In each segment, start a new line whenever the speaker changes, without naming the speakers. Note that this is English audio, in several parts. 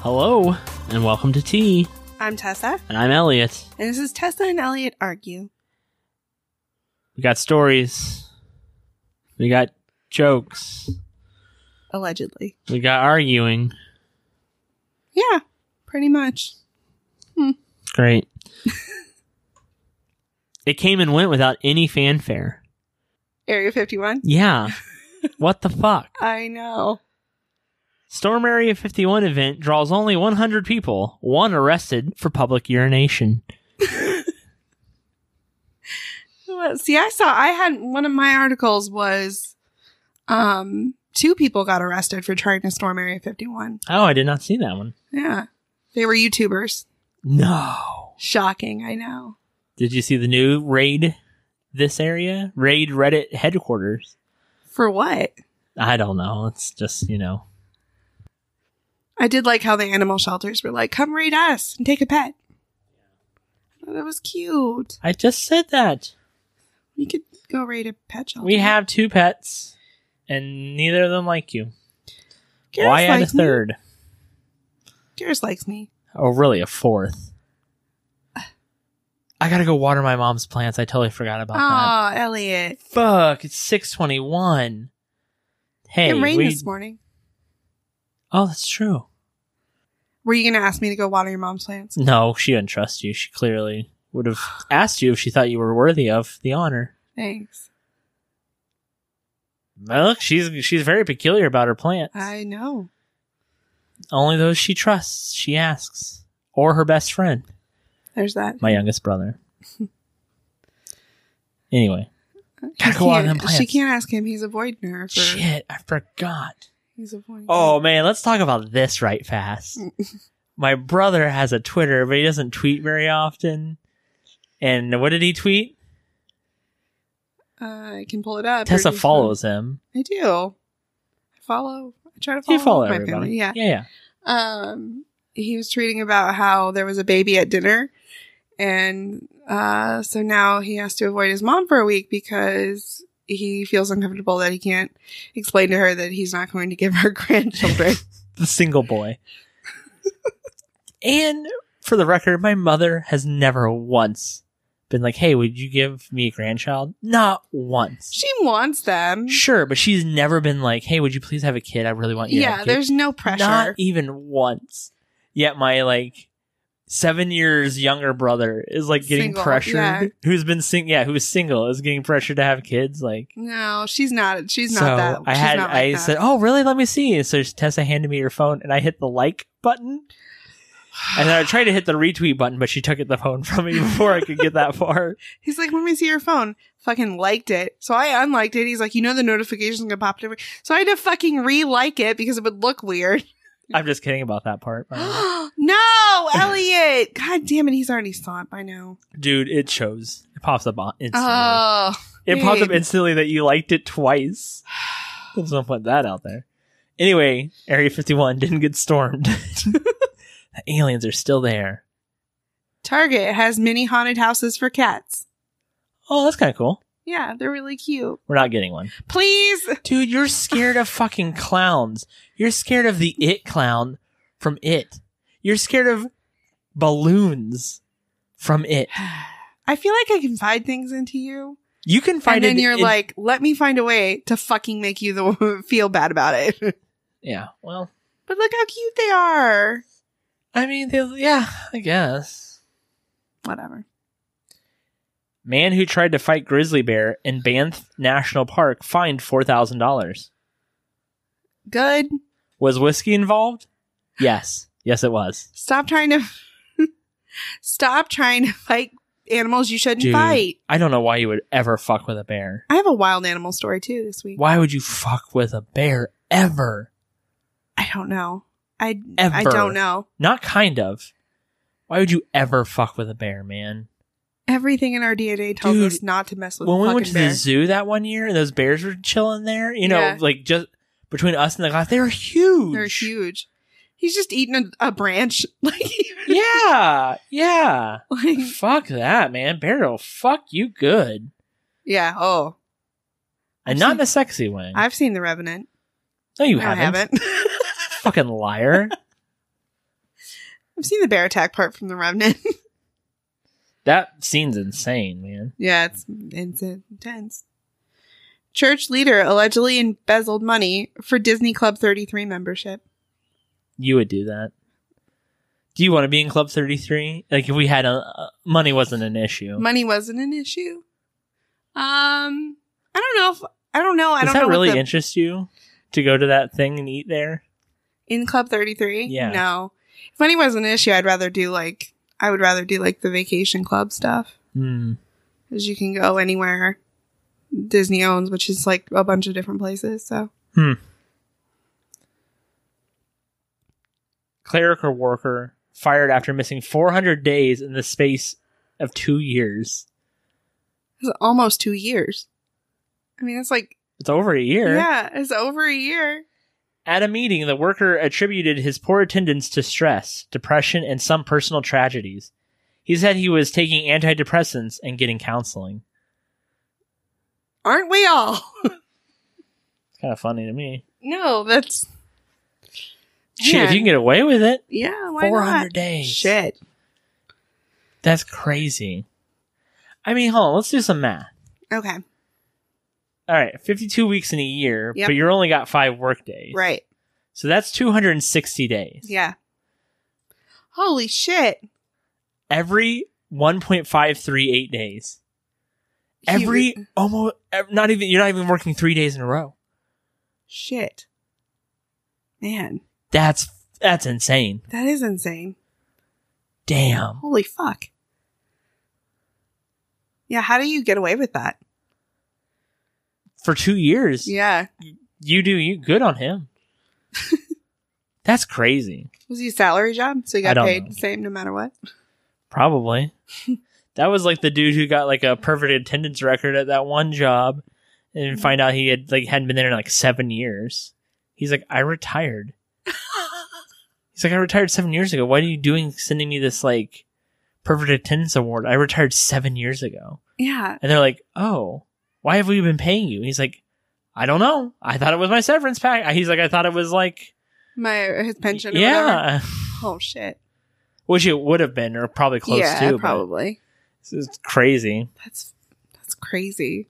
Hello, and welcome to Tea.
I'm Tessa,
And I'm Elliot.
and this is Tessa and Elliot Argue.
We got stories. We got jokes.
Allegedly.
We got arguing.
Yeah, pretty much.
Great. it came and went without any fanfare.
Area 51?
Yeah. what the fuck?
I know.
Storm Area 51 event draws only 100 people, one arrested for public urination.
See, I saw, I had one of my articles was um, two people got arrested for trying to storm Area 51.
Oh, I did not see that one.
Yeah. They were YouTubers.
No.
Shocking, I know.
Did you see the new raid this area? Raid Reddit headquarters.
For what?
I don't know. It's just, you know.
I did like how the animal shelters were like, come raid us and take a pet. Oh, That was cute.
I just said that.
We could go raid a pet shelter.
We have two pets, and neither of them like you.
Garrus
Why add a
likes me.
third?
Garrus likes me.
Oh, really, a fourth? I gotta go water my mom's plants. I totally forgot about that.
Oh, Elliot.
Fuck, it's 621. Hey,
it rained
we-
this morning.
oh, that's true.
Were you going to ask me to go water your mom's plants?
No, she didn't trust you. She clearly would have asked you if she thought you were worthy of the honor.
Thanks.
Look, she's she's very peculiar about her plants.
I know.
Only those she trusts, she asks, or her best friend,
There's that.
my youngest brother. anyway,
He
gotta go water
can't-
them plants.
She can't ask him. He's avoiding her. For,
Shit, I forgot.
He's avoiding
Oh
her.
man, let's talk about this right fast. My brother has a Twitter, but he doesn't tweet very often. And what did he tweet?
Uh, I can pull it up.
Tessa
Or just-
follows him.
I do. I follow. I try to follow,
You follow
Oh, my
everybody.
family. Yeah.
yeah, yeah.
Um, he was tweeting about how there was a baby at dinner. And uh, so now he has to avoid his mom for a week because he feels uncomfortable that he can't explain to her that he's not going to give her grandchildren.
The single boy. and for the record, my mother has never once been like, "Hey, would you give me a grandchild?" Not once.
She wants them.
Sure, but she's never been like, "Hey, would you please have a kid? I really want you." to have
yeah,
a kid."
there's no pressure.
Not even once. Yet my like seven years younger brother is like getting
Single,
pressured.
yeah.
Who's been sing? Yeah, who's single is getting pressured to have kids. Like
no, she's not. She's
so
not that.
I
she's
had
Not like
I
that.
said, "Oh, really? Let me see." So Tessa handed me her phone, and I hit the like button, and then I tried to hit the retweet button, but she took it the phone from me before I could get that far.
He's like, "Let me see your phone." Fucking liked it. So I unliked it. He's like, "You know the notification's gonna pop every." So I had to fucking re-like it because it would look weird.
I'm just kidding about that part,
no, Elliot. God damn it. He's already saw it by now.
dude. It shows. It pops up on- instantly.
Oh,
It popped up
Dude.
instantly that you liked it twice. Let's not put that out there. Anyway, Area 51 didn't get stormed. the aliens are still there.
Target has mini haunted houses for cats.
Oh, that's kind of cool.
Yeah, they're really cute.
We're not getting one.
Please.
Dude, you're scared of fucking clowns. You're scared of the it clown from it. You're scared of balloons from it.
I feel like I can find things into you.
You can find
and then
it
you're
in-
like, let me find a way to fucking make you the feel bad about it. but
yeah, well,
look how cute they are.
I mean, they, yeah, I guess.
Whatever.
Man who tried to fight grizzly bear in Banff National Park fined four thousand dollars.
Good.
Was whiskey involved? Yes, yes, it was.
Stop trying to stop trying to fight animals you shouldn't
Dude,
fight.
I don't know why you would ever fuck with a bear.
I have a wild animal story too this week.
Why would you fuck with a bear ever?
I don't know. I I
Ever.
don't know.
Not kind of. Why would you ever fuck with a bear, man?
Everything in our DNA tells
Dude,
us not to mess with
when
fucking
we went to
bear.
the zoo that one year and those bears were chilling there, you know,
Yeah.
like just between us and the glass, they were huge.
They're huge. He's just eating a, a branch. Like,
Yeah, yeah.
like
fuck that, man. Bear will fuck you good.
yeah. Oh,
And
I've
not
seen-
in a sexy way.
I've seen the Revenant.
no, you
I
haven't.
haven't.
Fucking liar.
I've seen the bear attack part from The Revenant.
That scene's insane, man.
Yeah, it's, it's intense. Church leader allegedly embezzled money for Disney Club 33 membership.
You would do that. Do you want to be in Club 33? Like if we had a uh, money wasn't an issue.
Money wasn't an issue. Um, I don't know if I don't know. I
Does
don't
that
know what
really
the-
interest you to go to that thing and eat there?
in Club 33.
Yeah.
No. If money was an issue, I'd rather do like I would rather do like the vacation club stuff
Hmm.
cuz you can go anywhere Disney owns, which is like a bunch of different places, so
Cleric or worker fired after missing 400 days in the space of 2 years.
it's almost 2 years. I mean, it's like
It's over a year.
yeah, it's over a year.
At a meeting, the worker attributed his poor attendance to stress, depression, and some personal tragedies. He said he was taking antidepressants and getting counseling.
Aren't we all?
It's kind of funny to me.
no, that's
Shit, if you can get away with it,
Yeah, why
400
not?
days.
Shit.
That's crazy. I mean, hold on, let's do some math.
Okay.
All right, 52 weeks in a year,
Yep.
but you're only got five work days.
Right.
So that's 260 days.
Yeah. Holy shit.
Every 1.538 days.
He-
Every almost ev- not even you're not even working 3 days in a row.
shit. Man,
That's that's insane.
that is insane.
Damn.
Holy fuck. Yeah, how do you get away with that?
For 2 years.
Yeah.
You do you good on him. that's crazy.
Was he a salary job? So he
I
got
don't
paid
know.
the same no matter what?
Probably. that was like the dude who got like a perfect attendance record at that one job and find out he had like hadn't been there in like seven years. He's like, I retired. He's like, I retired seven years ago. Why are you doing sending me this like perfect attendance award? I retired seven years ago.
Yeah.
And they're like, Oh, why have we been paying you? He's like, I don't know. I thought it was my severance pack. He's like, I thought it was like
My his pension or whatever.
Yeah.
Oh shit.
Which it would have been, or probably close
yeah,
to. Probably.
probably.
This is crazy.
That's that's crazy.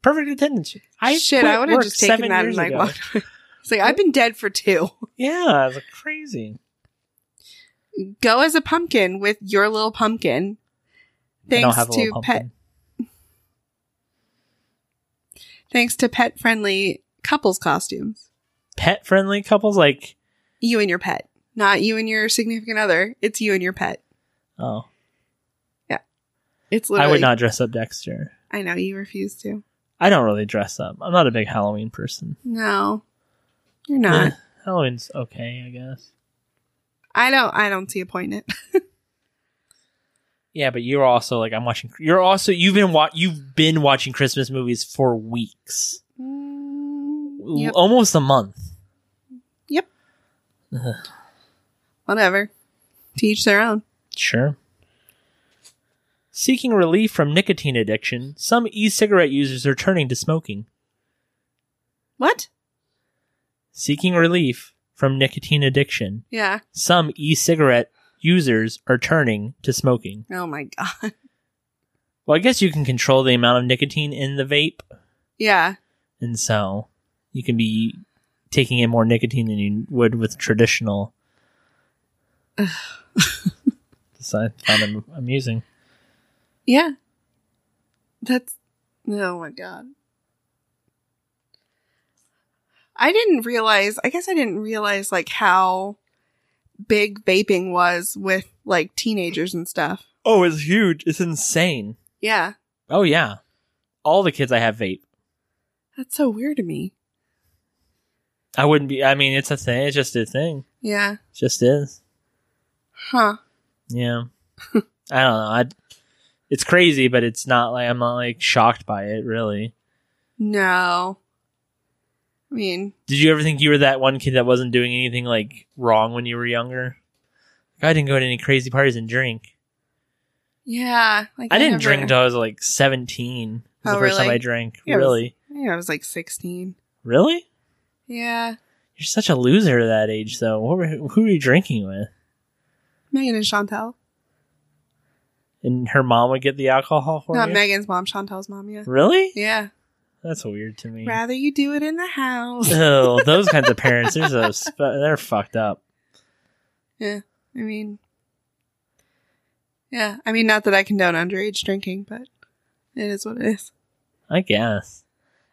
perfect attendance. I
shit,
quit
I would have
work
just taken
seven
that and
years
like
ago.
walked away. It's like I've been dead for two.
Yeah, it's crazy.
go as a pumpkin with your little pumpkin.
I don't
Thanks
have a
to
little
pet
pumpkin.
thanks to pet friendly couples costumes.
pet friendly couples like
You and your pet. Not you and your significant other. It's you and your pet.
oh,
It's literally
I would not dress up Dexter.
I know you refuse to.
I don't really dress up. I'm not a big Halloween person.
No. You're not.
Eh, Halloween's okay, I guess.
I don't I don't see a point in it.
Yeah, but you're also like I'm watching. You're also you've been wa- you've been watching Christmas movies for weeks,
Mm, yep.
almost a month.
Whatever. To each their own.
Sure. Seeking relief from nicotine addiction, some e-cigarette users are turning to smoking.
What?
Seeking relief from nicotine addiction,
Yeah.
some e-cigarette users are turning to smoking.
Oh my god.
Well, I guess you can control the amount of nicotine in the vape,
Yeah.
and so you can be taking in more nicotine than you would with traditional. so I found them amusing.
Yeah. That's oh my god. I didn't realize I guess I didn't realize like how big vaping was with like teenagers and stuff.
Oh, it's huge! It's insane.
Yeah.
Oh yeah, all the kids I have vape.
That's so weird to me.
I wouldn't be. I mean, it's a thing. It's just a thing.
Yeah.
It just is.
Huh.
Yeah. I don't know. I. It's crazy, but it's not like I'm not like shocked by it really.
No. I mean,
Did you ever think you were that one kid that wasn't doing anything like wrong when you were younger? I didn't go to any crazy parties and drink.
yeah. Like
I didn't
never-
drink till I was like seventeen. Was
Oh,
the first time
really?
I drank.
Yeah, it was-
really?
Yeah, I was like 16.
Really?
Yeah.
You're such a loser at that age, though. What were, who were you drinking with?
Megan and Chantel.
And her mom would get the alcohol for
Not
you.
Megan's mom, Chantel's mom, yeah.
Really?
Yeah.
That's weird to me.
Rather you do it in the house.
Oh, those kinds of parents, they're so sp- they're fucked up.
I mean, yeah. I mean, not that I condone underage drinking, but it is what it is.
I guess.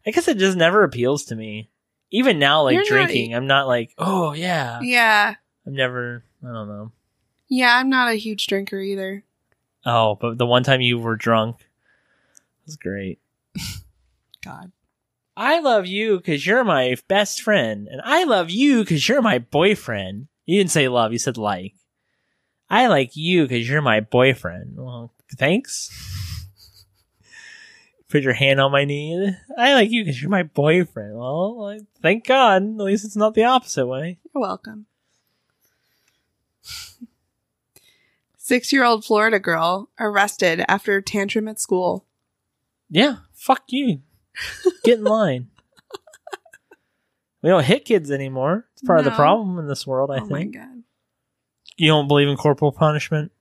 I guess it just never appeals to me. Even now, like
You're not- e
drinking, I'm not like, oh yeah.
Yeah.
I'm never. I don't know.
Yeah, I'm not a huge drinker either.
Oh, but the one time you were drunk was great.
God.
I love you because you're my best friend, and I love you because you're my boyfriend. You didn't say love, you said like. I like you because you're my boyfriend. Well, thanks. Put your hand on my knee. I like you because you're my boyfriend. Well, like, thank God. At least it's not the opposite way.
You're welcome. Six year old Florida girl arrested after tantrum at school.
Yeah, fuck you. Get in line. we don't hit kids anymore. It's part of the
No.
problem in this world, I
oh
think.
my God.
You don't believe in corporal punishment?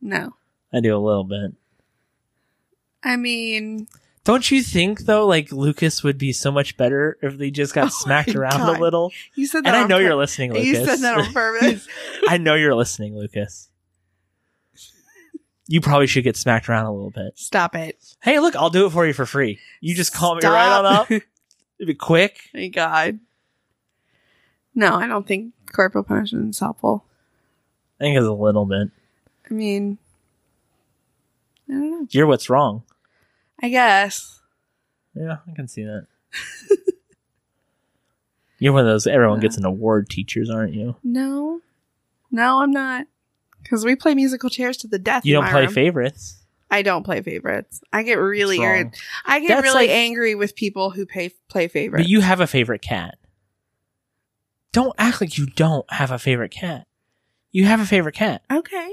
No.
I do a little bit.
I mean,
Don't you think though, like Lucas would be so much better if they just got
Oh
smacked
my
around
God.
a little?
you said that.
And I
on
know
pur-
you're listening, Lucas.
You said that on purpose.
I know you're listening, Lucas. You probably should get smacked around a little bit.
Stop it.
Hey, look, I'll do it for you for free. You just call me right on up.
Stop.
It'd be quick.
my God. No, I don't think corporal punishment is helpful.
I think it's a little bit.
I mean, I don't know.
You're what's wrong.
I guess.
Yeah, I can see that. You're one of those everyone gets an award teachers, aren't you?
No. No, I'm not. Because we play musical chairs to the death.
You
in
don't
my
play
room.
favorites.
I don't play favorites. I get really
It's wrong.
irritated. I get
That's
really
like-
angry with people who pay play favorites.
But you have a favorite cat. Don't act like you don't have a favorite cat. You have a favorite cat.
okay?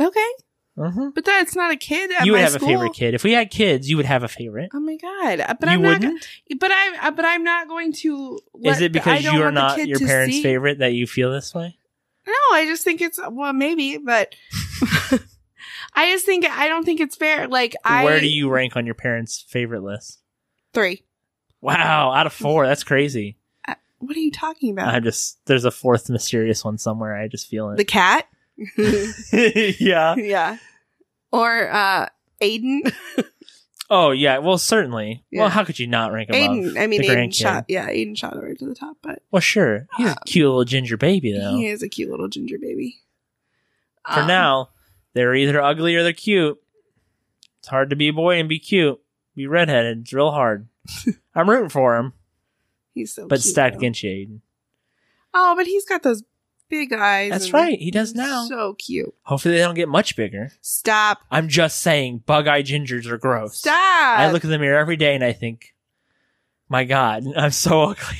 Okay,
Mm-hmm.
but that's not a kid at
You would
my
have
school.
a favorite kid. If we had kids, you would have a favorite.
Oh my god! Uh, But
you
I'm not.
wouldn't.
But I. uh, But I'm not going to.
Is
let-
it
I
because
don't
you are
want the
not
kid
your
to
parents'
see-
favorite that you feel this way?
No, I just think it's well, maybe, but I just think I don't think it's fair. Like I
Where do you rank on your parents' favorite list?
three?
Wow, out of four, that's crazy.
What are you talking about?
I'm just there's a fourth mysterious one somewhere. I just feel
the
it.
cat?
yeah.
yeah. Or uh Aiden.
Oh yeah. Well, certainly.
Yeah.
Well, how could you not rank above
Aiden. I mean
the
Aiden
grandkid?
shot yeah, Aiden shot it right to the top, but
Well, sure. He's
Um,
a cute little ginger baby though.
he is a cute little ginger baby.
For
Um,
now, they're either ugly or they're cute. It's hard to be a boy and be cute. Be redheaded. It's real hard. I'm rooting for him,
he's so
but
cute,
stacked
though.
against Aiden.
Oh, but he's got those big eyes.
That's
and
right. He does now.
So cute.
Hopefully, they don't get much bigger.
Stop.
I'm just saying, bug eye gingers are gross.
Stop.
I look in the mirror every day and I think, my God, I'm so ugly.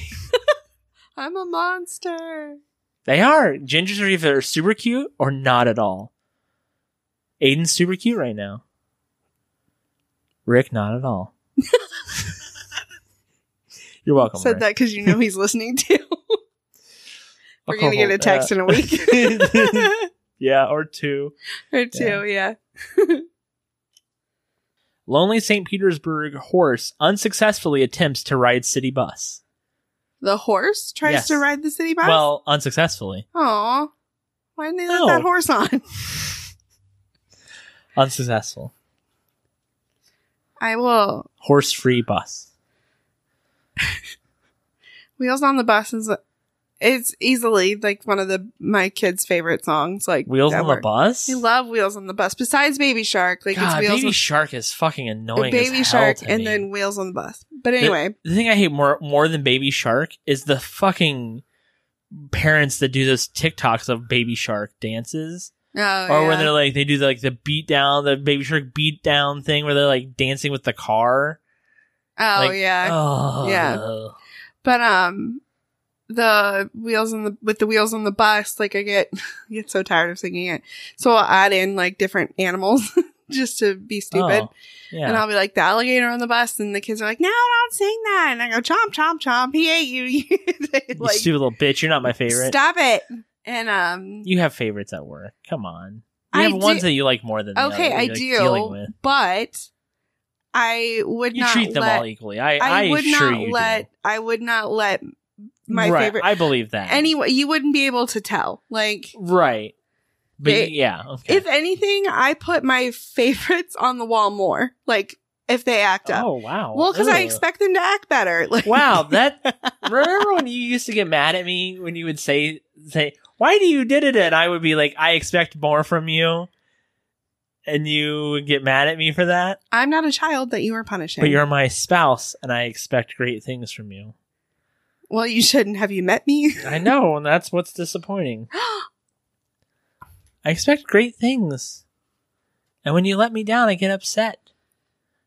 I'm a monster.
they are. Gingers are either super cute or not at all. Aiden's super cute right now. Rick, not at all. You're welcome.
Said
Rick.
that because you know he's listening too. We're
I'll call
gonna get a text in a week
that. uh, yeah, or two.
or two. Yeah.
Lonely St. Petersburg horse unsuccessfully attempts to ride city bus.
The horse tries
Yes.
to ride the city bus.
Well, unsuccessfully.
Aw. Why didn't they let
No.
that horse on?
Unsuccessful.
I will.
Horse free bus.
Wheels on the Bus is it's easily like one of the my kids' favorite songs. Like
Wheels
that
on the
were-
bus?
I love Wheels on the Bus. Besides Baby Shark, like
God,
it's Wheels
Baby
on
Shark is fucking annoying. as
Baby
hell
Shark
to
and
me.
then Wheels on the Bus. But anyway,
the thing I hate more more than Baby Shark is the fucking parents that do those TikToks of Baby Shark dances.
oh,
or
yeah.
when they're like they do like the beat down the baby shark beat down thing where they're like dancing with the car
oh
like,
yeah,
oh
Yeah. but um, the wheels on the with the wheels on the bus, like I get I get so tired of singing it. So I'll add in like different animals just to be stupid.
Oh, yeah.
And I'll be like the alligator on the bus, and the kids are like, "No, don't sing that!" And I go, "Chomp, chomp, chomp! He ate you!" They,
you
like,
stupid little bitch. You're not my favorite.
stop it! And um,
You have favorites at work. Come on. You
I
have
do-
ones that you like more than the
okay,
other that
I
you're, like, dealing
do,
with.
but I would
You
not
treat them
let,
all equally. I,
I,
I,
would
assure
not
you
let.
do.
I would not let my
right.
favorite.
I believe that.
anyway, you wouldn't be able to tell. Like,
Right. But
They-
yeah, okay.
if anything, I put my favorites on the wall more. Like, if they act up.
oh wow.
well, because I
Ew.
expect them to act better. Like,
Wow, that remember when you used to get mad at me when you would say say why do you did it and I would be like I expect more from you, and you would get mad at me for that.
I'm not a child that you are punishing.
But you're my spouse and I expect great things from you.
well, you shouldn't. Have you met me?
I know, and that's what's disappointing. I expect great things, and when you let me down, I get upset.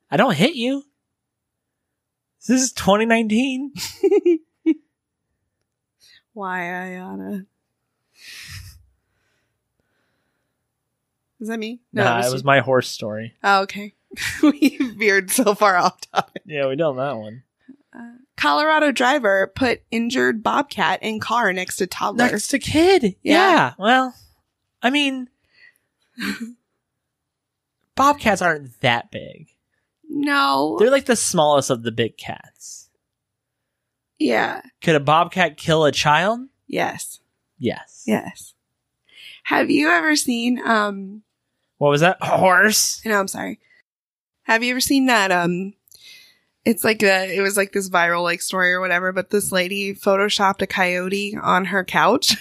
I don't hit you. This is 2019.
Why, Ayana? Is that me?
nah,
it
it
was
was,
you.
my horse story.
Oh, okay. we veered so far off topic.
Yeah, we know that one.
Uh, Colorado driver put injured bobcat in car next to toddler.
Next to kid.
Yeah.
Yeah. Well, I mean, bobcats aren't that big.
no.
They're like the smallest of the big cats.
yeah.
Could a bobcat kill a child?
Yes.
Yes.
Yes. Have you ever seen um
What was that? A horse?
no, I'm sorry. Have you ever seen that um it's like a, it was like this viral like story or whatever, but this lady photoshopped a coyote on her couch.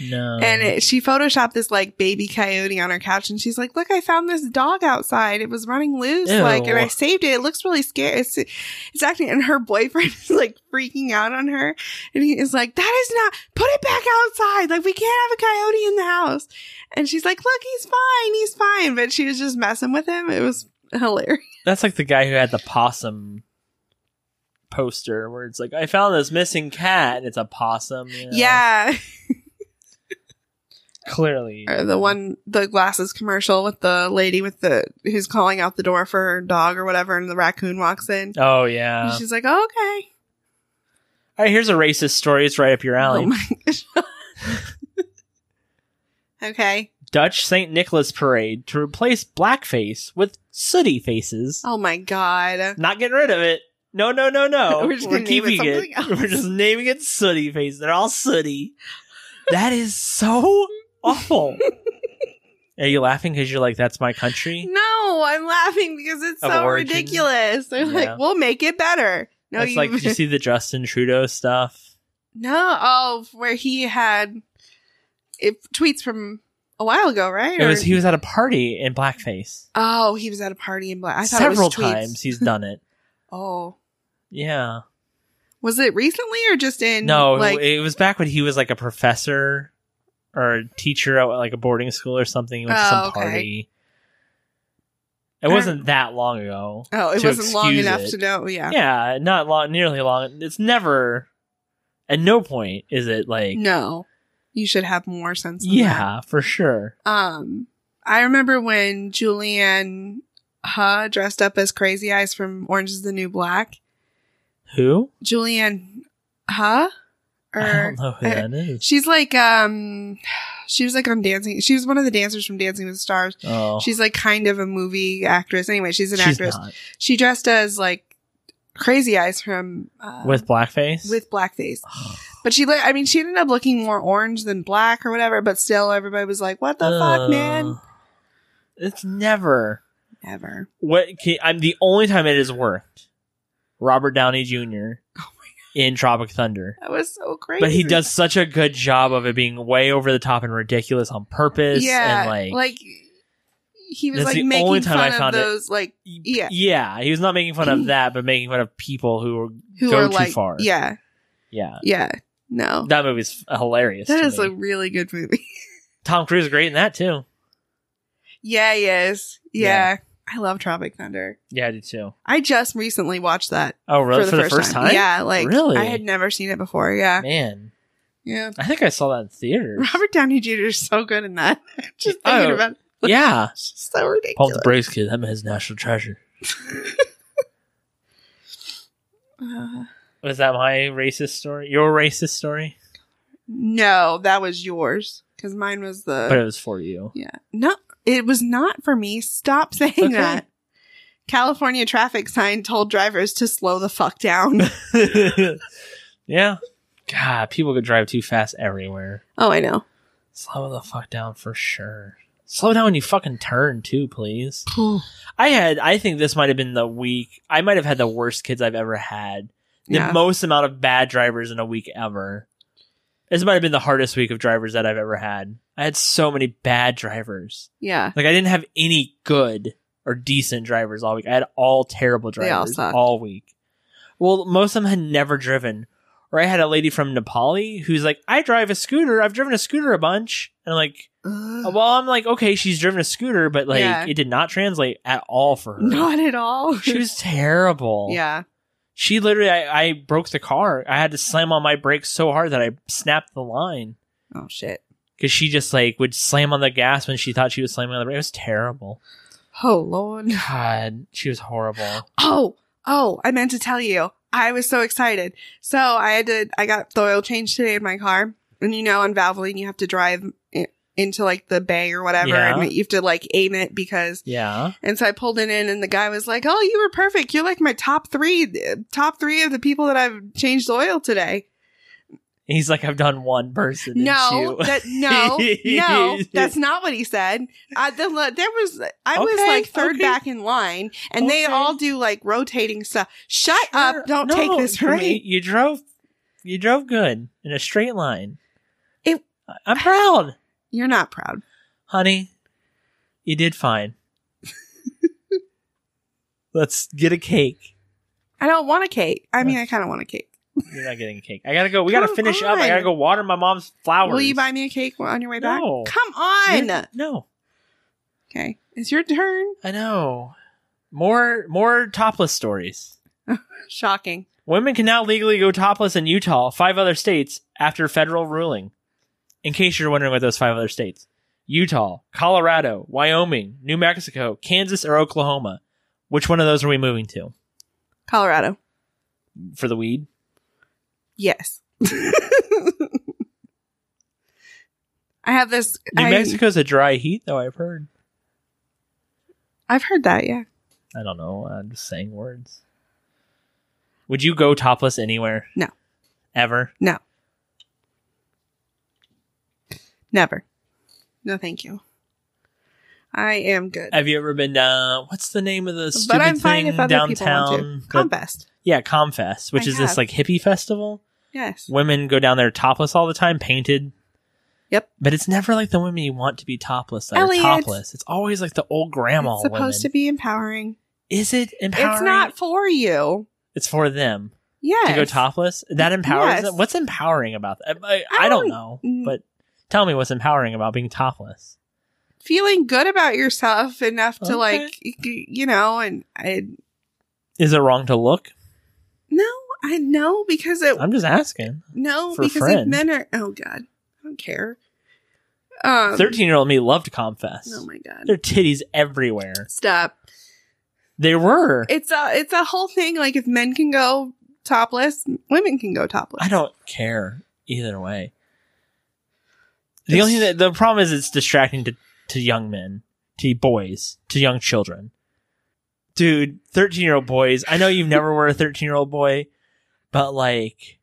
No.
And it, she photoshopped this like baby coyote on her couch, and she's like, "Look, I found this dog outside. It was running loose,
Ew.
like, and I saved it. It looks really scary. It's, it's acting." And her boyfriend is like freaking out on her, and he is like, "That is not. Put it back outside. Like, we can't have a coyote in the house." And she's like, "Look, he's fine. He's fine." But she was just messing with him. It was hilarious.
That's like the guy who had the possum poster where it's like, I found this missing cat and it's a possum. you know?
Yeah,
Clearly.
Or the one the glasses commercial with the lady with the who's calling out the door for her dog or whatever, and the raccoon walks in.
Oh, yeah.
And she's like, oh, okay.
All right, here's a racist story. It's right up your alley.
Oh my gosh. okay.
Dutch St. Nicholas Parade to replace blackface with sooty faces.
Oh my god.
Not getting rid of it. No, no, no, no.
We're just gonna name it something else.
We're just naming it sooty face. They're all sooty. that is so awful. Are you laughing because you're like, that's my country?
No, I'm laughing because it's
Of
so
origin.
ridiculous. They're
Yeah.
like, we'll make it better. No,
that's
you.
like, did you see the Justin Trudeau stuff?
no. Oh, where he had it, tweets from a while ago, right?
It
Or-
was he was at a party in blackface.
oh, he was at a party in black. I thought
Several
it was tweets.
times he's done it.
Oh,
Yeah.
was it recently or just in?
No,
like
it was back when he was like a professor or a teacher at like a boarding school or something. He went
Oh,
to some
okay.
party.
I
It
don't-
wasn't that long ago.
oh, it
to
wasn't long
excuse
enough
it.
to know. Yeah.
Yeah, not long, nearly long. It's never. At no point is it like.
No, you should have more sense. Than that.
Yeah, for sure.
Um, I remember when Julianne Huh dressed up as Crazy Eyes from Orange is the New Black.
Who?
Julianne Huh?
I
Or
don't know who
uh,
that is.
she's like um she was like on Dancing she was one of the dancers from Dancing with the Stars.
Oh,
She's like kind of a movie actress. Anyway, she's an
she's
actress.
not
She dressed as like Crazy Eyes from uh,
with blackface.
with blackface. But she look I mean she ended up looking more orange than black or whatever, but still everybody was like, What the fuck,
Ugh.
man?
It's never.
Never.
What can, I'm the only time it has worked. Robert Downey Jr. in Tropic Thunder.
That was so Oh crazy.
But he does such a good job of it being way over the top and ridiculous on purpose.
yeah,
and like,
he was
that's
like
the
making
only time
fun
I
of
found it-
those like yeah.
yeah, he was not making fun of that, but making fun of people who were,
who
Go
are
too
like
far.
yeah
yeah.
yeah no
That movie's hilarious.
that
to
is
me.
a really good movie.
Tom Cruise is great in that too.
yeah, he is. Yeah. I love Tropic Thunder.
Yeah, I do too.
I just recently watched that
Oh, really? For, the, first, time?
Yeah, like
Really?
I had never seen it before. Yeah,
Man,
yeah.
I think I saw that in theaters.
Robert Downey Jr. is so good in that. just thinking
Oh.
about
yeah.
It's so
Pump
ridiculous.
the brakes, kid. That man's national treasure.
Uh,
Was that my racist story? Your racist story?
no, that was yours because mine was the.
But it was for you.
Yeah. No, it was not for me. Stop saying
Okay.
that. California traffic sign told drivers to slow the fuck down.
yeah. God, people could drive too fast everywhere.
oh, I know.
Slow the fuck down for sure. Slow down when you fucking turn too, please. I had I think this might have been the week I might have had the worst kids I've ever had. The
yeah.
most amount of bad drivers in a week ever. This might have been the hardest week of drivers that I've ever had. I had so many bad drivers.
yeah.
Like I didn't have any good or decent drivers all week. I had all terrible
They all
drivers all,
sucked.
week. Well, most of them had never driven. Or I had a lady from Nepali who's like, I drive a scooter. I've driven a scooter a bunch. And I'm like,
Ugh.
well, I'm like, okay, she's driven a scooter, but like,
Yeah.
it did not translate at all for her.
Not at all.
She was terrible.
yeah.
She literally, I, I broke the car. I had to slam on my brakes so hard that I snapped the line
Oh shit.
because she just like would slam on the gas when she thought she was slamming on the brake. It was terrible.
Oh lord.
God, she was horrible.
Oh, oh, I meant to tell you. I was so excited. So I had to, I got the oil change today in my car. And you know, on Valvoline, you have to drive i- into like the bay or whatever.
Yeah.
And you have to like aim it because,
Yeah.
and so I pulled it in and the guy was like, Oh, you were perfect. You're like my top three, th- top three of the people that I've changed oil today.
He's like, I've done one person. and
No,
it's you."
that, no, no, that's not what he said. I, the, le- there was, I was
Okay,
like third
okay.
back in line and they
Okay.
all do like rotating stuff. Shut
Sure.
up. Uh, Don't
No,
take this
I
from
mean,
me.
You drove, you drove good in a straight line.
It-
I- I'm proud,
You're not proud.
honey. You did fine. Let's get a cake.
I don't want a cake. I mean,
Yeah.
I kind of want a cake.
You're not getting a cake. I gotta go. We gotta
Come
finish up. I
on.
gotta go water my mom's flowers.
Will you buy me a cake on your way back?
No.
Come on.
You're- No,
Okay. It's your turn.
I know. More, more topless stories.
Shocking.
Women can now legally go topless in Utah, five other states, after federal ruling. In case you're wondering what those five other states Utah, Colorado, Wyoming, New Mexico, Kansas, or Oklahoma. Which one of those are we moving to?
Colorado.
For the weed?
Yes. I have this.
New
I,
Mexico's a dry heat, though, I've heard.
I've heard that. Yeah.
I don't know. I'm just saying words. Would you go topless anywhere?
No.
Ever?
Never. No, thank you. I am good.
Have you ever been down? What's the name of the stupid
But I'm fine
thing
if other people
downtown?
want to.
But-
Combest.
yeah, Comfest, which
I
is this
have.
like hippie festival.
Yes.
women go down there topless all the time, painted.
Yep.
But it's never like the women you want to be topless that
Elliot.
are topless. It's always like the old grandma
It's supposed
women.
to be empowering.
Is it empowering?
It's not for you.
It's for them
Yes.
to go topless. That empowers
Yes.
them. What's empowering about that? I, I,
I
don't
don't-
know.
Mm.
But tell me what's empowering about being topless.
feeling good about yourself enough to
Okay.
like y- y- you know and i
Is it wrong to look?
no i know because it
I'm just asking.
no
for a
because if
friend.
men are oh god i don't care um
13 year old me loved Confess.
oh my god
There are titties everywhere.
stop
They were.
it's a it's a whole thing like if men can go topless women can go topless
I don't care either way. The only thing that the problem is it's distracting to, to young men, to boys, to young children. Dude, thirteen year old boys. I know you've never were a thirteen year old boy, but like,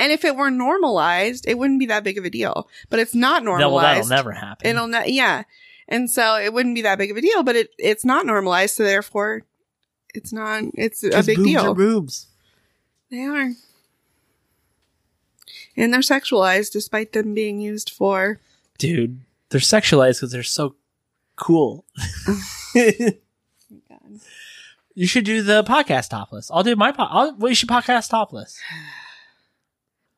and if it were normalized it wouldn't be that big of a deal but it's not
no, well, that'll
normalized
never happen.
it'll not yeah and so it wouldn't be that big of a deal but it it's not normalized so therefore it's not it's a
'Cause
big
boobs
deal
Are boobs.
They are. And they're sexualized despite them being used for.
Dude, they're sexualized because they're so cool. you should do the podcast topless. I'll do my po- I'll, we should podcast topless.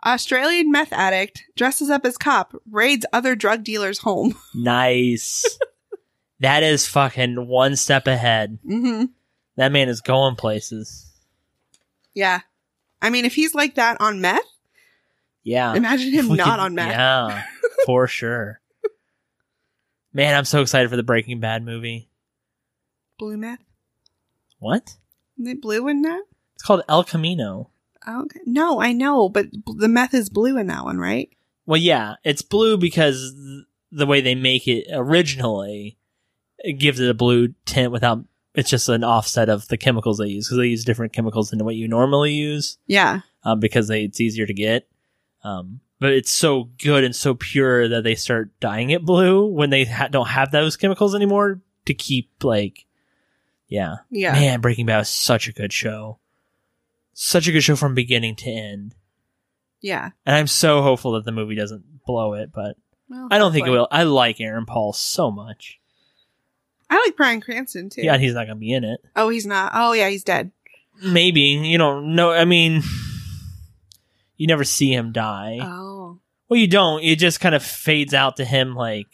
Australian meth addict dresses up as cop, raids other drug dealers' home.
Nice. that is fucking one step ahead.
hmm
That man is going places.
Yeah. I mean, if he's like that on meth,
Yeah.
imagine
If
him
we
not
could-
on meth.
Yeah, for sure. Man, I'm so excited for the Breaking Bad movie.
Blue meth?
What?
Isn't it blue in that?
It's called El Camino.
Okay. No, I know, but b- the meth is blue in that one, right?
Well, yeah, it's blue because th- the way they make it originally it gives it a blue tint without. It's just an offset of the chemicals they use because they use different chemicals than what you normally use
Yeah.
um, because they, it's easier to get. Um, but it's so good and so pure that they start dyeing it blue when they ha- don't have those chemicals anymore to keep like, yeah.
Yeah.
Man, Breaking Bad was such a good show, such a good show from beginning to end.
Yeah.
And I'm so hopeful that the movie doesn't blow it, but
Well,
I don't think it
hopefully.
will. I like Aaron Paul so much.
I like Brian Cranston too.
Yeah, and he's not gonna be in it.
Oh, he's not. Oh, yeah, he's dead.
Maybe you don't know. I mean, you never see him die.
Oh.
well, you don't. It just kind of fades out to him. Like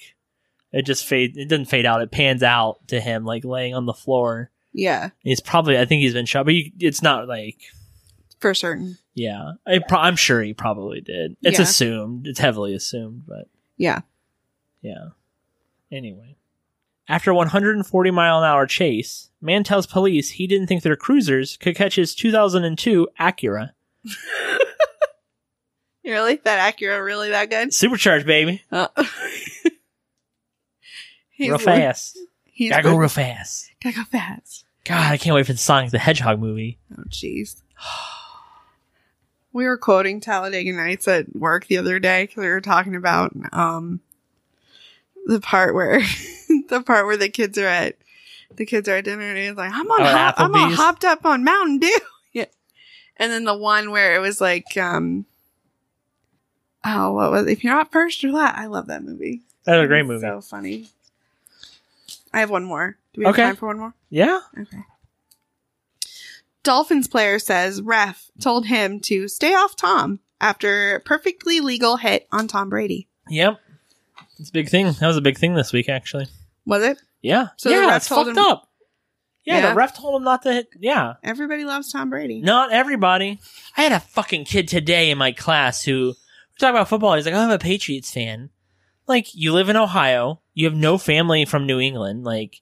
it just fades. It doesn't fade out. It pans out to him, like laying on the floor.
Yeah,
He's probably. I think he's been shot, but you, it's not like.
for certain.
Yeah, I pro- I'm sure he probably did. It's
Yeah.
assumed. It's heavily assumed, but
Yeah.
Yeah. Anyway, after a 140 mile an hour chase, man tells police he didn't think their cruisers could catch his 2002 Acura.
Really? That Acura really that good?
Supercharged, baby.
Uh, he's
real fast.
He's
Gotta go real fast.
gotta go fast.
God, I can't wait for the Sonic the Hedgehog movie.
Oh, jeez. We were quoting Talladega Nights at work the other day because we were talking about um the part where the part where the kids are at the kids are at dinner and he's like, "I'm on,
Oh,
hop, I'm all
Applebee's?
hopped up on Mountain Dew." yeah, and then the one where it was like, um, "Oh, what was if you're not first, you're last." I love that movie.
That was a great
It's
movie.
So funny. I have one more. Do we have
Okay.
time for one more?
Yeah.
Okay. Dolphins player says ref told him to stay off Tom after perfectly legal hit on Tom Brady.
Yep. It's a big thing. That was a big thing this week, actually.
Was it?
Yeah.
So the
yeah,
ref
it's
told
fucked
him-
up. Yeah,
Yeah.
the ref told him not to hit. Yeah.
Everybody loves Tom Brady.
Not everybody. I had a fucking kid today in my class who we're talking about football. He's like, I'm a Patriots fan. Like, you live in Ohio. You have no family from New England. Like,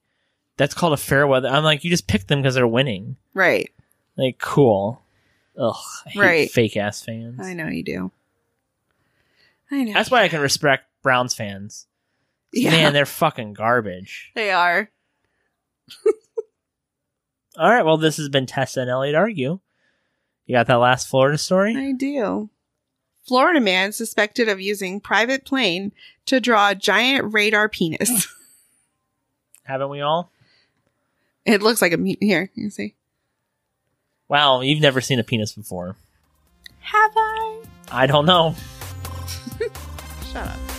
that's called a fair weather. I'm like, you just picked them because they're winning.
Right.
Like, cool. Ugh, I hate
Right.
fake ass fans.
I know you do. I know.
That's why I can respect Browns fans.
yeah,
Man, they're fucking garbage.
they are.
All right, well, this has been Tessa and Elliot argue. You got that last Florida story?
I do. Florida man suspected of using private plane to draw a giant radar penis.
Haven't we all?
it looks like a me- here. You see?
Wow, you've never seen a penis before.
Have I?
I don't know.
Shut up.